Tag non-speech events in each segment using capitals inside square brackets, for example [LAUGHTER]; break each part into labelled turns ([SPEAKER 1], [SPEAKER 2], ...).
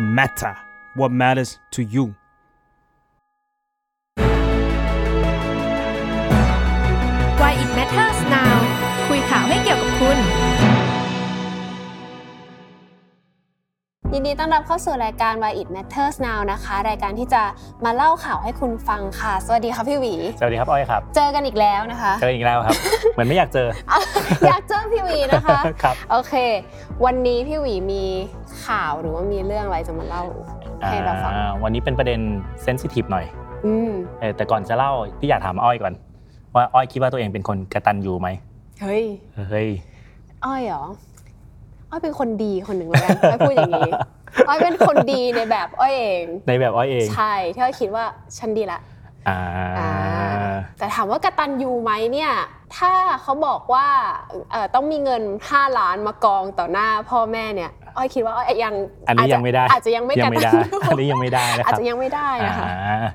[SPEAKER 1] matter what matters to you
[SPEAKER 2] ว h y It Matters Now คุยข่าวให้เกี่ยวกับคุณ
[SPEAKER 3] ยินดีต้อนรับเข้าสู่รายการ Why It Matters Now นะคะ รายการที่จะมาเล่าข่าวให้คุณฟังค่ะ สวัสดีค่ะพี่หวี
[SPEAKER 4] สวัสดีครับอ้อยครับ
[SPEAKER 3] เจอกันอีกแล้ว
[SPEAKER 4] [LAUGHS]
[SPEAKER 3] นะคะ
[SPEAKER 4] เจออีกแล้วครับ เหมือนไม่อยากเจอ
[SPEAKER 3] อยากเจอพี่หวีนะคะ
[SPEAKER 4] ครับ
[SPEAKER 3] โอเค วันนี้พี่หวีมีข่าวหรือว่ามีเรื่องอะไรจะมาเล่าให้เราฟัง
[SPEAKER 4] อ่าวันนี้เป็นประเด็นเซนซิทีฟหน่อย
[SPEAKER 3] อืม
[SPEAKER 4] เออแต่ก่อนจะเล่าพี่อยากถามอ้อยก่อน ว่าอ้อยคิดว่าตัวเองเป็นคนกระตันอยู่ไหม
[SPEAKER 3] เฮ้ย
[SPEAKER 4] เฮ้ย
[SPEAKER 3] อ้อยเหรอ อ้อยเป็นคนดีคนหนึ่งแล้วกันอ้อยพูดอย่างนี้ อ้อยเป็นคนดีในแบบอ้อยเอง
[SPEAKER 4] [LAUGHS] ในแบบอ้อยเอง
[SPEAKER 3] ใช่ที่อ้อยคิดว่าฉันดีละ
[SPEAKER 4] อ่า
[SPEAKER 3] อ่า แต่ถามว่ากตันยูไหมเนี่ย ถ้าเขาบอกว่าเอ่อต้องมีเงิน 5 ล้านมากองต่อหน้าพ่อแม่เนี่ยอ้อยคิดว่าอ้อยยัง
[SPEAKER 4] อันนี้ยังไม่ได้
[SPEAKER 3] อาจจะยังไม่
[SPEAKER 4] ยั
[SPEAKER 3] ก
[SPEAKER 4] ไม่
[SPEAKER 3] ตั
[SPEAKER 4] ได้
[SPEAKER 3] นยู [LAUGHS]
[SPEAKER 4] [LAUGHS] อันนี้ยังไม่ได้นะค
[SPEAKER 3] อาจ
[SPEAKER 4] รับ
[SPEAKER 3] จะยังไม่ได้นะคะ
[SPEAKER 4] อ่า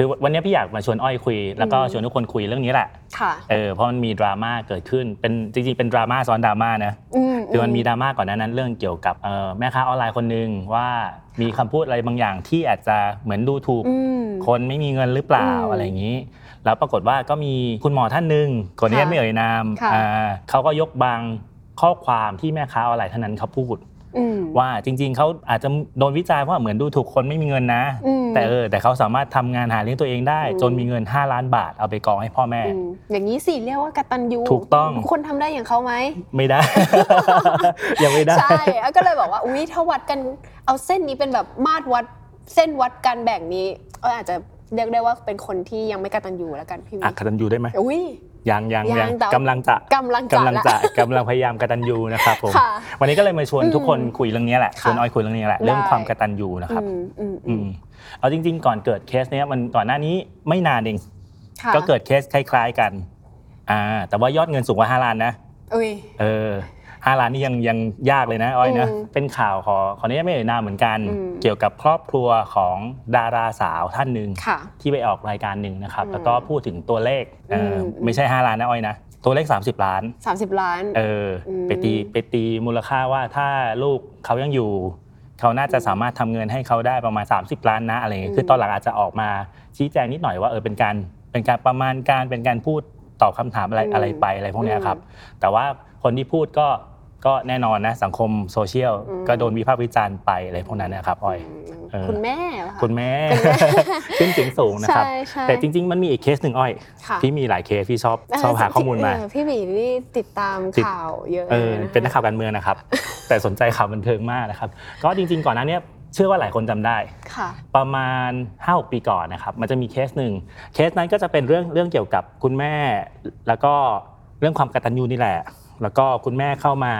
[SPEAKER 4] คือวันนี้พี่อยากมาชวนอ้อยคุย แล้วก็
[SPEAKER 3] อืม
[SPEAKER 4] ชวนทุกคนคุยเรื่องนี้แหละ
[SPEAKER 3] ค่ะ
[SPEAKER 4] เออเพราะมันมีดราม่าเกิดขึ้นเป็นจริงๆเป็นดราม่าซ้อนดราม่านะ คือมันมีดราม่าก่อนหน้านั้นเรื่องเกี่ยวกับเอ่อแม่ค้าออนไลน์คนหนึ่งว่ามีคำพูดอะไรบางอย่างที่อาจจะเหมือนดูถูก
[SPEAKER 3] อืม
[SPEAKER 4] คนไม่มีเงินหรือเปล่า
[SPEAKER 3] อืม
[SPEAKER 4] อะไรอย่างนี้ แล้วปรากฏว่าก็มีคุณหมอท่านหนึ่งคนนี้
[SPEAKER 3] ค่ะ
[SPEAKER 4] ไม่เอ่ยนาม
[SPEAKER 3] ค่ะ
[SPEAKER 4] อ่าเขาก็ยกบางข้อความที่แม่ค้าออนไลน์ท่านนั้นเขาพูด
[SPEAKER 3] อืม
[SPEAKER 4] ว่าจริง ๆเขาอาจจะโดนวิจารณ์ว่าเหมือนดูถูกคนไม่มีเงินนะ
[SPEAKER 3] อืม
[SPEAKER 4] แต่เออแต่เขาสามารถทำงานหาเลี้ยงตัวเองได้
[SPEAKER 3] อืม
[SPEAKER 4] จนมีเงิน 5 ล้านบาทเอาไปกองให้พ่อแม่
[SPEAKER 3] อืมอย่างนี้สิเรียกว่ากตันยู
[SPEAKER 4] ถูกต้อง
[SPEAKER 3] คนทำได้อย่างเขาไหม
[SPEAKER 4] ไม่
[SPEAKER 3] [LAUGHS]
[SPEAKER 4] ได้ ยังไม่ได้
[SPEAKER 3] ใช่แล้วก็เลยบอกว่าอุ้ยถ้าวัดกันเอาเส้นนี้เป็นแบบมาตรวัดเส้นวัดการแบ่งนี้อ้อยอาจจะเรียกได้ว่าเป็นคนที่ยังไม่กตันยูแล้วกันพี่วิ
[SPEAKER 4] อักตันยูได้ไหม
[SPEAKER 3] อุ้ย
[SPEAKER 4] ยังยัง
[SPEAKER 3] ยั
[SPEAKER 4] ยัง ง
[SPEAKER 3] แต่ว่า
[SPEAKER 4] กำลังจะ
[SPEAKER 3] กำลังจะ
[SPEAKER 4] กำลัง
[SPEAKER 3] ละ
[SPEAKER 4] จะกำลังพยายามกตันยูนะครับผม
[SPEAKER 3] ค่ะ
[SPEAKER 4] วันนี้ก็เลยมาชวน
[SPEAKER 3] อืม
[SPEAKER 4] ทุกคนคุยเรื่องนี้แหละ
[SPEAKER 3] ค่ะ
[SPEAKER 4] ชวนออยคุยเรื่องนี้แหละเรื่อง
[SPEAKER 3] ได้
[SPEAKER 4] ความกตันยูนะครับ
[SPEAKER 3] อืมอืมอื
[SPEAKER 4] อื
[SPEAKER 3] ม
[SPEAKER 4] มเอาจริง ๆ ก่อนเกิดเคสเนี้ยมันก่อนหน้านี้ไม่นานเอง
[SPEAKER 3] ค่ะ
[SPEAKER 4] ก็เกิดเคสคล้าย ๆกันอ่าแต่ว่ายอดเงินสูงกว่า5ล้านนะ
[SPEAKER 3] อุ้ย
[SPEAKER 4] เออห้าล้านนี่ยังยังยากเลยนะอ้อยนะ
[SPEAKER 3] อืม
[SPEAKER 4] เป็นข่าวขอขออนุญาตไม่เอ่ยนามเหมือนกัน
[SPEAKER 3] อืม
[SPEAKER 4] เกี่ยวกับครอบครัวของดาราสาวท่านหนึ่ง
[SPEAKER 3] ค่ะ
[SPEAKER 4] ที่ไปออกรายการหนึ่งนะครับ
[SPEAKER 3] อืม
[SPEAKER 4] แล้วก็พูดถึงตัวเลขเอ่ออ
[SPEAKER 3] ม
[SPEAKER 4] ไม่ใช่ 5 ล้านนะอ้อยนะ ตัวเลข 30 ล้าน
[SPEAKER 3] 30 ล้าน
[SPEAKER 4] เอออ
[SPEAKER 3] ม
[SPEAKER 4] ไปตีไปตีมูลค่าว่าถ้าลูกเขายังอยู่ เขาน่าจะสามารถทำเงินให้เขาได้ประมาณ 30 ล้านนะอะไรเงี้ยคือตอนหลังอาจจะออกมาชี้แจงนิดหน่อยว่าเออเป็นการเป็นการประมาณการเป็นการพูดตอบคำถามอะไรอะไรไปอะไรพวกเนี้ยครับ แต่ว่าคนที่พูดก็ก็แน่นอนนะสังคมโซเชียลก็โดนวิพากษ์วิจารณ์ไปอะไรพวกนั้นนะครับอ้อย
[SPEAKER 3] ม
[SPEAKER 4] เออ
[SPEAKER 3] คุณแม่เหรอะ
[SPEAKER 4] คุณแม่ ขึ้นเสียงสูงนะครับ
[SPEAKER 3] ใช่ใช่
[SPEAKER 4] แต่จริง ๆ มันมีอีกเคสหนึ่งอ้อย
[SPEAKER 3] ค่ะ
[SPEAKER 4] พี่มีหลายเคสพี่ชอบ
[SPEAKER 3] เ
[SPEAKER 4] ชอบหาข้อมูลมา
[SPEAKER 3] เพี่หมีนี่ติดตาม
[SPEAKER 4] ติด
[SPEAKER 3] ข่าวเยอะ
[SPEAKER 4] เออ
[SPEAKER 3] ลยะคะ
[SPEAKER 4] เป็นนักข่าวการเมือง
[SPEAKER 3] [LAUGHS]
[SPEAKER 4] นะครับ แต่สนใจข่าวบันเทิงมากนะครับ ก็จริง ๆ ก่อนหน้าเนี้ยเชื่อว่าหลายคนจำได้
[SPEAKER 3] ค่ะ
[SPEAKER 4] ประมาณ5้าปีก่อนนะครับ มันจะมีเคสหนึ่งเคสนั้นก็จะเป็นเรื่องเรื่องเกี่ยวกับคุณแม่ แล้วก็เรื่องความกตัญญูนี่แหละ แล้วก็คุณแม่เข้ามา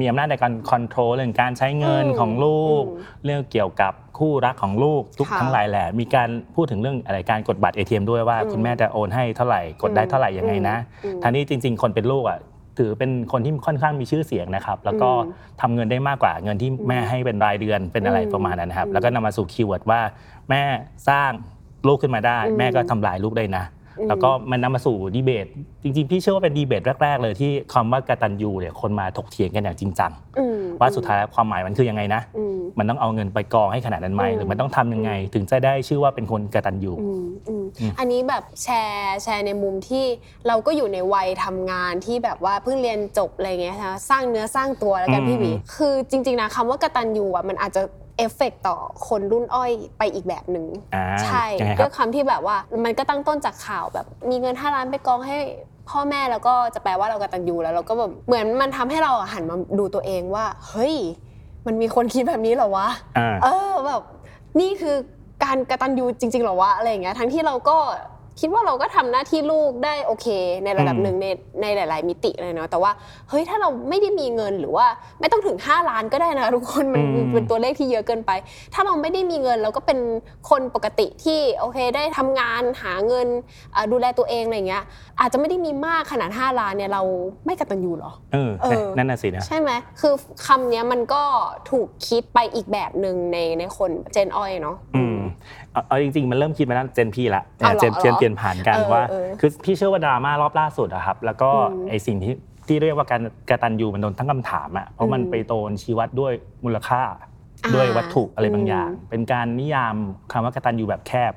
[SPEAKER 4] มีอำนาจในการคอนโทรลเรื่องการใช้เงิน
[SPEAKER 3] อืม
[SPEAKER 4] ของลูก
[SPEAKER 3] อืม
[SPEAKER 4] เรื่องเกี่ยวกับคู่รักของลูกทุก
[SPEAKER 3] ค่ะ
[SPEAKER 4] ทั้งหลายแหละมีการพูดถึงเรื่องอะไรการกดบัตร ATM ด้วยว่า
[SPEAKER 3] อืม
[SPEAKER 4] คุณแม่จะโอนให้เท่าไหร่กดได้เท่าไหร่ยังไงนะ
[SPEAKER 3] อืมอืม
[SPEAKER 4] ทั้งนี้จริง ๆ คนเป็นลูกอ่ะถือเป็นคนที่ค่อนข้างมีชื่อเสียงนะครับ แล้วก็
[SPEAKER 3] อืม
[SPEAKER 4] ทำเงินได้มากกว่าเงินที่แม่
[SPEAKER 3] อืม
[SPEAKER 4] ให้เป็นรายเดือนเป็นอะไร
[SPEAKER 3] อืม
[SPEAKER 4] ประมาณนั้นนะครับ
[SPEAKER 3] อืม
[SPEAKER 4] แล้วก็ นำมาสู่คีย์เวิร์ดว่าแม่สร้างลูกขึ้นมาได้
[SPEAKER 3] อืม
[SPEAKER 4] แม่ก็ทำลายลูกได้นะ
[SPEAKER 3] อืม
[SPEAKER 4] แล้วก็มันนำมาสู่ดีเบต จริงๆ พี่เชื่อว่าเป็นดีเบตแรก ๆ เลยที่คำว่ากตัญญูเนี่ยคนมาถกเถียงกันอย่างจริงจัง
[SPEAKER 3] อืม
[SPEAKER 4] ว่าสุดท้ายแล้วความหมายมันคือยังไงนะ
[SPEAKER 3] อืม
[SPEAKER 4] มันต้องเอาเงินไปกองให้ขนาดนั้นไหม
[SPEAKER 3] อืม
[SPEAKER 4] หรือมันต้องทำยังไง ถึงจะได้ชื่อว่าเป็นคนกตัญญู
[SPEAKER 3] อืมอืม
[SPEAKER 4] อืม
[SPEAKER 3] อันนี้แบบแชร์แชร์ในมุมที่เราก็อยู่ในวัยทำงานที่แบบว่าเพิ่งเรียนจบอะไรเงี้ยนะสร้างเนื้อสร้างตัวแล้วกัน
[SPEAKER 4] อืม
[SPEAKER 3] พี่หวี
[SPEAKER 4] อืม
[SPEAKER 3] คือจริง ๆ นะคำว่ากตันยูอ่ะมันอาจจะเอฟเฟกต์ต่อคนรุ่นอ้อยไปอีกแบบหนึ่ง
[SPEAKER 4] อ่า
[SPEAKER 3] ใช่
[SPEAKER 4] ยังไงค
[SPEAKER 3] ด้ว
[SPEAKER 4] รับ
[SPEAKER 3] ยความที่แบบว่ามันก็ตั้งต้นจากข่าวแบบมีเงิน 5 ล้านไปกองให้พ่อแม่แล้วก็จะแปลว่าเรากตัญญูแล้วเราก็แบบเหมือนมันทำให้เราอะหันมาดูตัวเองว่า เฮ้ย มันมีคนคิดแบบนี้เหรอวะ
[SPEAKER 4] อ่า
[SPEAKER 3] เออแบบนี่คือการกตัญญูจริง ๆเหรอวะอะไรอย่างเงี้ยทั้งที่เราก็คิดว่าเราก็ทำหน้าที่ลูกได้โอเค ในระดับ
[SPEAKER 4] อืม
[SPEAKER 3] หนึ่งในในหลาย ๆ มิติเลยเนาะแต่ว่าเฮ้ยถ้าเราไม่ได้มีเงินหรือว่าไม่ต้องถึง 5 ล้านก็ได้นะทุกคนมัน
[SPEAKER 4] อืม
[SPEAKER 3] เป็นตัวเลขที่เยอะเกินไป ถ้าเราไม่ได้มีเงินเราก็เป็นคนปกติที่โอเคได้ทำงานหาเงินเอ่อดูแลตัวเองอะไรอย่างเงี้ยอาจจะไม่ได้มีมากขนาด 5 ล้านเนี่ยเราไม่กตัญญูเหรอ
[SPEAKER 4] เออ
[SPEAKER 3] เออ
[SPEAKER 4] นั่นน่ะสินะ
[SPEAKER 3] ใช่ไหม คือคำเนี้ยมันก็ถูกคิดไปอีกแบบหนึ่งในในคนเจนอ้อยเนาะ
[SPEAKER 4] อืมเอาเอาจริงๆ มันเริ่มคิดมาตั้งเจนพี่ละ
[SPEAKER 3] เอาเหรอ
[SPEAKER 4] เจน
[SPEAKER 3] เอาเหรอ
[SPEAKER 4] เจนเปลี่ยนผ่านกัน
[SPEAKER 3] เออ
[SPEAKER 4] ว่า
[SPEAKER 3] เออ
[SPEAKER 4] คือพี่เชื่อว่าดราม่ารอบล่าสุดอะครับ แล้วก็
[SPEAKER 3] อืม
[SPEAKER 4] ไอสิ่งที่ที่เรียกว่าการกตันยูมันโดนทั้งคำถามอะเพราะมัน
[SPEAKER 3] อืม
[SPEAKER 4] ไปโดนชี้วัดด้วยมูลค่า
[SPEAKER 3] อ่า
[SPEAKER 4] ด้วยวัตถุอะไรบางอย่าง
[SPEAKER 3] อืม
[SPEAKER 4] เป็นการนิยามคำว่ากตัญญูแบบแคบ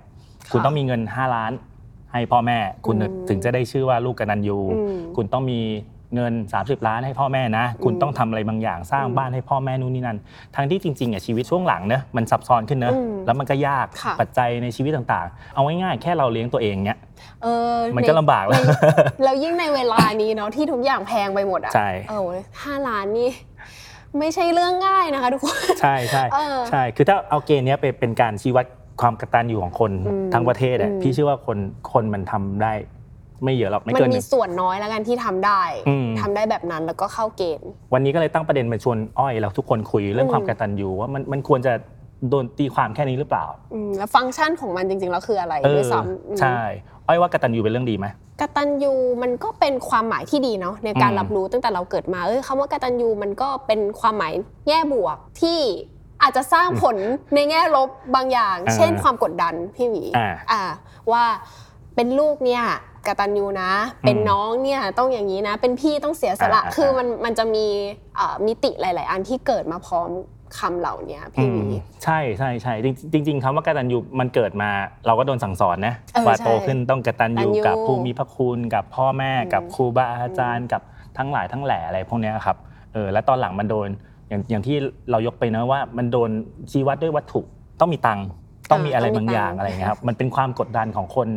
[SPEAKER 4] คุณต้องมีเงิน 5 ล้าน ให้พ่อแม่ คุณ
[SPEAKER 3] อืม
[SPEAKER 4] ถึงจะได้ชื่อว่าลูกกตัญญู
[SPEAKER 3] อืม
[SPEAKER 4] คุณต้องมีเงิน 30 ล้านให้พ่อแม่นะ คุณ
[SPEAKER 3] อืม
[SPEAKER 4] ต้องทำอะไรบางอย่างสร้าง
[SPEAKER 3] อืม
[SPEAKER 4] บ้านให้พ่อแม่นู่นนี่นั่นทั้งที่จริงๆอ่ะชีวิตช่วงหลังเนอะมันซับซ้อนขึ้นเนอะ
[SPEAKER 3] อืม
[SPEAKER 4] แล้วมันก็ยาก
[SPEAKER 3] ค่ะ
[SPEAKER 4] ปัจจัยในชีวิตต่างๆ เอาง่ายๆแค่เราเลี้ยงตัวเองเนี้ย
[SPEAKER 3] เออ
[SPEAKER 4] มันก็ลำบากแล้ว
[SPEAKER 3] แล้วยิ่งในเวลานี้เนาะที่ทุกอย่างแพงไปหมดอ่ะ
[SPEAKER 4] [LAUGHS] ใช่
[SPEAKER 3] เออห้าล้านนี่ไม่ใช่เรื่องง่ายนะคะทุกคน
[SPEAKER 4] ใช่ใช่
[SPEAKER 3] เออ
[SPEAKER 4] ใช่ คือถ้าเอาเกณฑ์เนี้ยไปเป็นการชี้วัดความกตัญญูของคน
[SPEAKER 3] อืม
[SPEAKER 4] ทั้งประเทศอะ
[SPEAKER 3] อืม
[SPEAKER 4] พี่เชื่อว่าคนคนมันทำได้ ไม่เยอะหรอกไม่
[SPEAKER 3] มัน
[SPEAKER 4] เกินห
[SPEAKER 3] มี
[SPEAKER 4] นึ่ง
[SPEAKER 3] ส่วนน้อยแล้วกันที่ทำได้
[SPEAKER 4] อืม
[SPEAKER 3] ทำได้แบบนั้นแล้วก็เข้าเกณฑ์
[SPEAKER 4] วันนี้ก็เลยตั้งประเด็นมาชวนอ้อยเราทุกคนคุยเรื่อง
[SPEAKER 3] อืม
[SPEAKER 4] ความกตัญญูว่ามันมันควรจะโดนตีความแค่นี้หรือเปล่า
[SPEAKER 3] อืมแล้วฟังก์ชันของมันจริงๆแล้วคืออะไร
[SPEAKER 4] เออ
[SPEAKER 3] ด้วยซ้ำอืม
[SPEAKER 4] ใช่ อ้อยว่ากตัญญูเป็นเรื่องดีไหม
[SPEAKER 3] กตัญญูมันก็เป็นความหมายที่ดีเนาะในการ
[SPEAKER 4] อืม
[SPEAKER 3] รับรู้ตั้งแต่เราเกิดมาเอยคำว่ากตัญญูมันก็เป็นความหมายแง่บวกที่อาจจะสร้างผลในแง่ลบบางอย่าง เช่น ความกดดันพี่หวี
[SPEAKER 4] อ่า
[SPEAKER 3] อ่าว่าเป็นลูกเนี่ยกตัญญูนะ เป็นน้องเนี่ยต้องอย่างนี้นะ เป็นพี่ต้องเสียสละ
[SPEAKER 4] อ่าอ่า
[SPEAKER 3] คือมันมันจะมีเอ่อมิติหลาย ๆ อันที่เกิดมาพร้อมคำเหล่านี้พี่หวี
[SPEAKER 4] อืมใช่ใช่ใช่จริงจริงๆคำว่ากตัญญูมันเกิดมา เราก็โดนสั่งสอนนะ
[SPEAKER 3] เออ
[SPEAKER 4] ว่า
[SPEAKER 3] ใช่
[SPEAKER 4] โตขึ้นต้องกตัญ
[SPEAKER 3] กตั
[SPEAKER 4] ญู
[SPEAKER 3] ญญู
[SPEAKER 4] กับผู้มีพระคุณกับพ่อแม่
[SPEAKER 3] อืม
[SPEAKER 4] กับครูบาอาจารย์กับทั้งหลายทั้งแหล่อะไรพวกเนี้ยครับเออแล้วตอนหลังมันโดนอย่างอย่างที่เรายกไปนะว่ามันโดนชี้วัดด้วยวัตถุต้องมีตังค์ต้องมีอะไร
[SPEAKER 3] ต้องมี
[SPEAKER 4] บางอย่าง
[SPEAKER 3] ตังค์
[SPEAKER 4] อะไรเงี้ยครับมันเป็นความกดดันของคน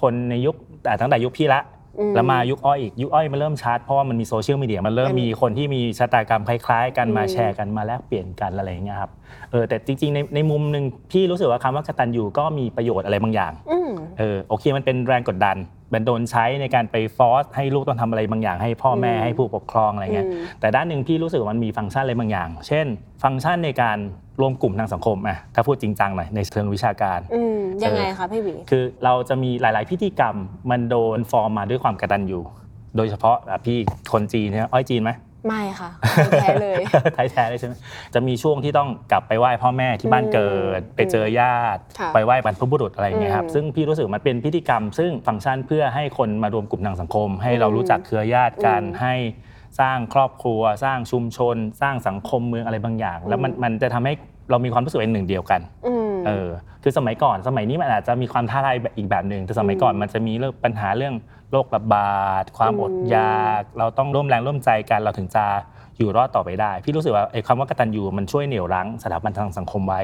[SPEAKER 4] คนในยุคแต่ตั้งแต่ยุคพี่ละ
[SPEAKER 3] อื
[SPEAKER 4] แล้วมายุคอ้อยอีกยุคอ้อยมันเริ่มชาร์จเพราะว่ามันมีโซเชียลมีเดียมันเริ่มมีคนที่มีชะตากรรมคล้ายๆ กันมาแชร์กันมาแลกเปลี่ยนกันอะไรอย่างเงี้ยครับเออแต่จริงๆในในมุมหนึ่งพี่รู้สึกว่าคำว่ากตัญญูก็มีประโยชน์อะไรบางอย่าง
[SPEAKER 3] อืม
[SPEAKER 4] เออโอเคมันเป็นแรงกดดันมันโดนใช้ในการไปฟอร์สให้ลูกต้องทำอะไรบางอย่าง ให้พ่อแม่
[SPEAKER 3] อืม
[SPEAKER 4] ให้ผู้ปกครองอะไรเงี้ย
[SPEAKER 3] อืม
[SPEAKER 4] แต่ด้านหนึ่งพี่รู้สึกว่ามันมีฟังก์ชันอะไรบางอย่าง เช่น ฟังก์ชันในการรวมกลุ่มทางสังคมอ่ะถ้าพูดจริงจังหน่อยในเชิงวิชาการ
[SPEAKER 3] อืม ยังไงคะพี่หวี
[SPEAKER 4] คือเราจะมีหลาย ๆ พิธีกรรมมันโดนฟอร์มมาด้วยความกตัญญูโดยเฉพาะแบบพี่คนจีนเนี่ยอ้อยจีนไหม
[SPEAKER 3] ไม่
[SPEAKER 4] [LAUGHS]
[SPEAKER 3] ค่ะไม่แพ้เลย
[SPEAKER 4] ไทยแท้เลยใช่ไหมจะมีช่วงที่ต้องกลับไปไหว้พ่อแม่ที่บ้านเกิด
[SPEAKER 3] อืม
[SPEAKER 4] ไปเจอญาติ
[SPEAKER 3] ค่ะ
[SPEAKER 4] ไปไหว้บรรพบุรุษอะไรอย่างเงี้ยครับ
[SPEAKER 3] อืม
[SPEAKER 4] ซึ่งพี่รู้สึกมันเป็นพิธีกรรม ซึ่งฟังก์ชันเพื่อให้คนมารวมกลุ่มทางสังคม ให้เรารู้จักเครือญาติกัน
[SPEAKER 3] อืม
[SPEAKER 4] ให้สร้างครอบครัว สร้างชุมชน สร้างสังคมเมืองอะไรบางอย่าง แล้วมัน
[SPEAKER 3] อืม
[SPEAKER 4] มันจะทำให้เรามีความรู้สึกเป็นหนึ่งเดียวกัน
[SPEAKER 3] อืม
[SPEAKER 4] เออคือสมัยก่อนสมัยนี้มันอาจจะมีความท้าทายอีกแบบหนึ่งแต่สมัยก่อนมันจะมีเรื่องปัญหาเรื่องโรคระบาด ความ
[SPEAKER 3] อืม
[SPEAKER 4] อดอยาก เราต้องร่วมแรงร่วมใจกันเราถึงจะอยู่รอดต่อไปได้ พี่รู้สึกว่าไอ้คำว่ากตัญญูมันช่วยเหนี่ยวรั้งสถาบันทางสังคมไว้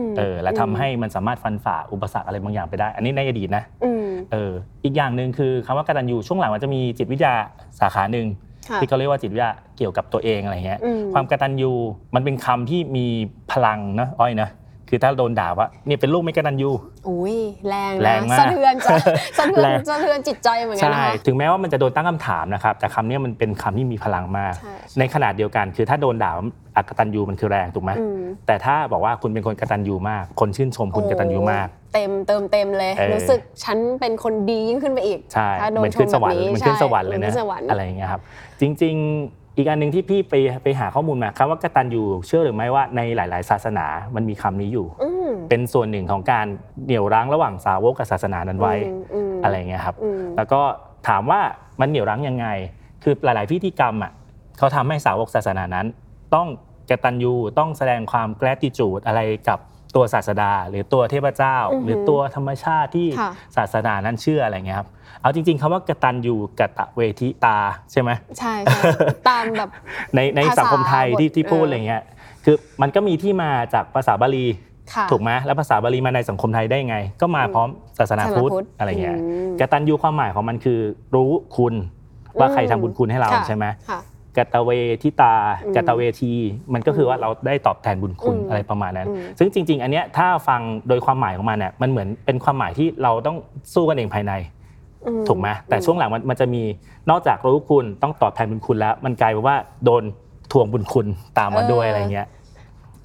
[SPEAKER 3] ม
[SPEAKER 4] เออและทำให้มันสามารถฟันฝ่าอุปสรรคอะไรบางอย่างไปได้ อันนี้ในอดีตนะ
[SPEAKER 3] อืม
[SPEAKER 4] เอออีกอย่างหนึ่งคือคำว่ากตัญญูช่วงหลังมันจะมีจิตวิทยาสาขาหนึ่ง
[SPEAKER 3] ค่ะ
[SPEAKER 4] ที่เขาเรียกว่าจิตวิทยาเกี่ยวกับตัวเองอะไรเงี้ย
[SPEAKER 3] อื
[SPEAKER 4] ความกตัญญูมันเป็นคำที่มีพลังนะอ้อยนะคือถ้าโดนด่าว่าเนี่ยเป็นลูกไม่กตัญญู
[SPEAKER 3] อุ้ยแรงนะ
[SPEAKER 4] แรงมาก
[SPEAKER 3] สะเทือน
[SPEAKER 4] [LAUGHS]
[SPEAKER 3] จะสะเทือ
[SPEAKER 4] แร
[SPEAKER 3] น
[SPEAKER 4] ง
[SPEAKER 3] สะเทือนจิตใจเหมือนกัน
[SPEAKER 4] ใช่
[SPEAKER 3] นะคะ
[SPEAKER 4] ถึงแม้ว่ามันจะโดนตั้งคำถามนะครับแต่คำเนี้ยมันเป็นคำที่มีพลังมาก
[SPEAKER 3] ใช่
[SPEAKER 4] ในขนาดเดียวกัน คือถ้าโดนด่าว่าอักตัญญูมันคือแรงถูกไหม
[SPEAKER 3] อืม
[SPEAKER 4] แต่ถ้าบอกว่าคุณเป็นคนกตัญญูมาก คนชื่นชมคุณกตัญญูมาก
[SPEAKER 3] เต็มเติมเต็มเลย
[SPEAKER 4] เออ
[SPEAKER 3] รู้สึกฉันเป็นคนดียิ่งขึ้นไปอีก
[SPEAKER 4] ใช่
[SPEAKER 3] ถ้าโดน
[SPEAKER 4] เหมือนขึ้นสวรรค์
[SPEAKER 3] ชมแบบนี้
[SPEAKER 4] เหมือนขึ้น
[SPEAKER 3] ใช่
[SPEAKER 4] สวรรค์เลย
[SPEAKER 3] เหมือนขึ้
[SPEAKER 4] นะ
[SPEAKER 3] นสวรรค์
[SPEAKER 4] อะไรอย่างเงี้ยครับจริง ๆ อีกอันหนึ่งที่พี่ไปไปหาข้อมูลมาคำว่ากตัญญูเชื่อหรือไม่ว่าในหลาย ๆ ศาสนามันมีคำนี้อยู่
[SPEAKER 3] อืม
[SPEAKER 4] เป็นส่วนหนึ่งของการเหนี่ยวรั้งระหว่างสาวกกับศาสนานั้นไว้
[SPEAKER 3] มม
[SPEAKER 4] อะไรอย่างเงี้ยครับ
[SPEAKER 3] อืม
[SPEAKER 4] แล้วก็ถามว่ามันเหนี่ยวรั้งยังไง คือหลาย ๆ พิธีกรรมอ่ะเขาทำให้สาวกศาสนานั้น ต้องกตัญญูต้องแสดงความ gratitude อะไรกับตัวศาสดา หรือตัวเทพเจ้า
[SPEAKER 3] อือหือ
[SPEAKER 4] หรือตัวธรรมชาติที่
[SPEAKER 3] ค่ะ
[SPEAKER 4] ศาสนานั้นเชื่ออะไรเงี้ยครับเอาจริง ๆคำว่ากตัญญูกตเวทิตาใช่ไหม
[SPEAKER 3] ใช่ใช่ ตามแบบ
[SPEAKER 4] ในใน
[SPEAKER 3] ภาษา
[SPEAKER 4] สังคมไทยที่ที่
[SPEAKER 3] บท
[SPEAKER 4] พูด
[SPEAKER 3] เอออ
[SPEAKER 4] อะไรเงี้ยคือมันก็มีที่มาจากภาษาบาลี
[SPEAKER 3] ค่ะ
[SPEAKER 4] ถูกไหมแล้วภาษาบาลีมาในสังคมไทยได้ไง ก็มา
[SPEAKER 3] อืม
[SPEAKER 4] พร้อมศาสนาพุทธ
[SPEAKER 3] ศาสนาพุทธ
[SPEAKER 4] อะไรเงี้ย
[SPEAKER 3] อืม
[SPEAKER 4] กตัญญูความหมายของมันคือรู้คุณว่าใครทำบุญคุณให้เรา
[SPEAKER 3] ค่ะ
[SPEAKER 4] ใช่ไหม
[SPEAKER 3] ค่ะ
[SPEAKER 4] กตเวทิตา
[SPEAKER 3] อืม
[SPEAKER 4] กตเวที มันก็คือว่าเราได้ตอบแทนบุญคุณ
[SPEAKER 3] อืม
[SPEAKER 4] อะไรประมาณนั้น
[SPEAKER 3] อืม
[SPEAKER 4] ซึ่งจริง ๆ อันเนี้ยถ้าฟังโดยความหมายของมันเนี่ยมันเหมือนเป็นความหมายที่เราต้องสู้กันเองภายใน
[SPEAKER 3] อื
[SPEAKER 4] ถูกไหมแต่ช่วงหลังมันมันจะมีนอกจากรู้คุณต้องตอบแทนบุญคุณแล้ว มันกลายเป็นว่าโดนทวงบุญคุณตามมาด้วยอะไรเงี้ย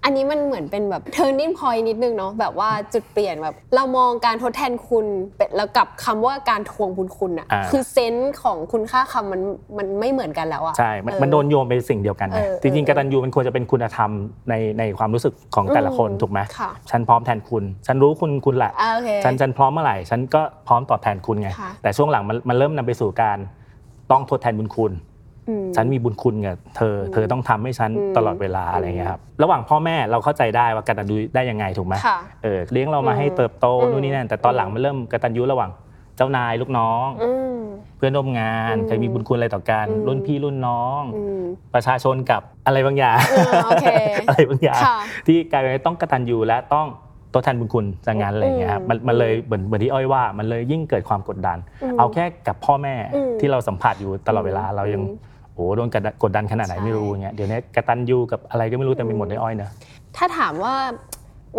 [SPEAKER 3] อันนี้มันเหมือนเป็นแบบ turning point นิดนึงเนาะแบบว่าจุดเปลี่ยนแบบ เรามองการทดแทนคุณเป็นแล้วกับคำว่าการทวงบุญคุณ
[SPEAKER 4] อ่า
[SPEAKER 3] อะ่ะคือเซนส์ของคุณค่าคำมันมันไม่เหมือนกันแล้วอ่ะ
[SPEAKER 4] ใช่ มัน
[SPEAKER 3] เออ
[SPEAKER 4] มันโดนโยมไปสิ่งเดียวกันนะ
[SPEAKER 3] เออ
[SPEAKER 4] จริงๆ
[SPEAKER 3] เออก
[SPEAKER 4] ตัญญูมันควรจะเป็นคุณธรรมในในความรู้สึกของแต่ละคน
[SPEAKER 3] อืม
[SPEAKER 4] ถูกไหม
[SPEAKER 3] ค่ะ
[SPEAKER 4] ฉันพร้อมแทนคุณ ฉันรู้คุณคุณแหละ
[SPEAKER 3] อ่าโอเค
[SPEAKER 4] ฉันฉันพร้อมเมื่อไหร่ ฉันก็พร้อมตอบแทนคุณไง
[SPEAKER 3] ค่ะ
[SPEAKER 4] แต่ช่วงหลังมันมันเริ่มนำไปสู่การต้องทดแทนบุญคุณ
[SPEAKER 3] อืม
[SPEAKER 4] ฉันมีบุญคุณกับเธออ
[SPEAKER 3] ม
[SPEAKER 4] เธอต้องทำให้ฉัน
[SPEAKER 3] อืม
[SPEAKER 4] ตลอดเวลาอะไรเงี้ยครับระหว่างพ่อแม่เราเข้าใจได้ว่ากตัญญูได้ยังไงถูกไหม
[SPEAKER 3] ค่ะ
[SPEAKER 4] เออเลี้ยงเรามาให้
[SPEAKER 3] อืม
[SPEAKER 4] เติบโต
[SPEAKER 3] อืม
[SPEAKER 4] นู่นนี่นั่นแต่ตอนหลัง
[SPEAKER 3] อืม
[SPEAKER 4] มันเริ่มกตัญญูระหว่างเจ้านายลูกน้อง
[SPEAKER 3] อืม
[SPEAKER 4] เพื่อนร่วมงาน
[SPEAKER 3] อืม
[SPEAKER 4] ใครมีบุญคุณอะไรต่อกัน
[SPEAKER 3] อืม
[SPEAKER 4] รุ่นพี่รุ่นน้อง
[SPEAKER 3] อืม
[SPEAKER 4] ประชาชนกับอะไรบางอย่าง
[SPEAKER 3] เออโอเค
[SPEAKER 4] [LAUGHS] อะไรบางอย่าง
[SPEAKER 3] ค่ะ
[SPEAKER 4] ที่กลายเป็นต้องกระตันยูและต้องตัวแทนบุญคุณจากงานอะไรอย่างเงี้ยครับมันมันเลยเหมือนเหมือนที่อ้อยว่ามันเลยยิ่งเกิดความกดดัน
[SPEAKER 3] ม
[SPEAKER 4] เอาแค่กับพ่อแม่
[SPEAKER 3] อืม
[SPEAKER 4] ที่เราสัมผัสอยู่ตลอดเวลา
[SPEAKER 3] อืม
[SPEAKER 4] เรายัง
[SPEAKER 3] อืม
[SPEAKER 4] โอ้โหโดนกดดันกดดันขนาดไหน
[SPEAKER 3] ใช่
[SPEAKER 4] ไม่รู้อย่างเงี้ยเดี๋ยวนี้กระตันยูกับอะไรก็ไม่รู้เต็มไปหมด
[SPEAKER 3] อืม
[SPEAKER 4] ในอ้อยเนอะ
[SPEAKER 3] ถ้าถามว่า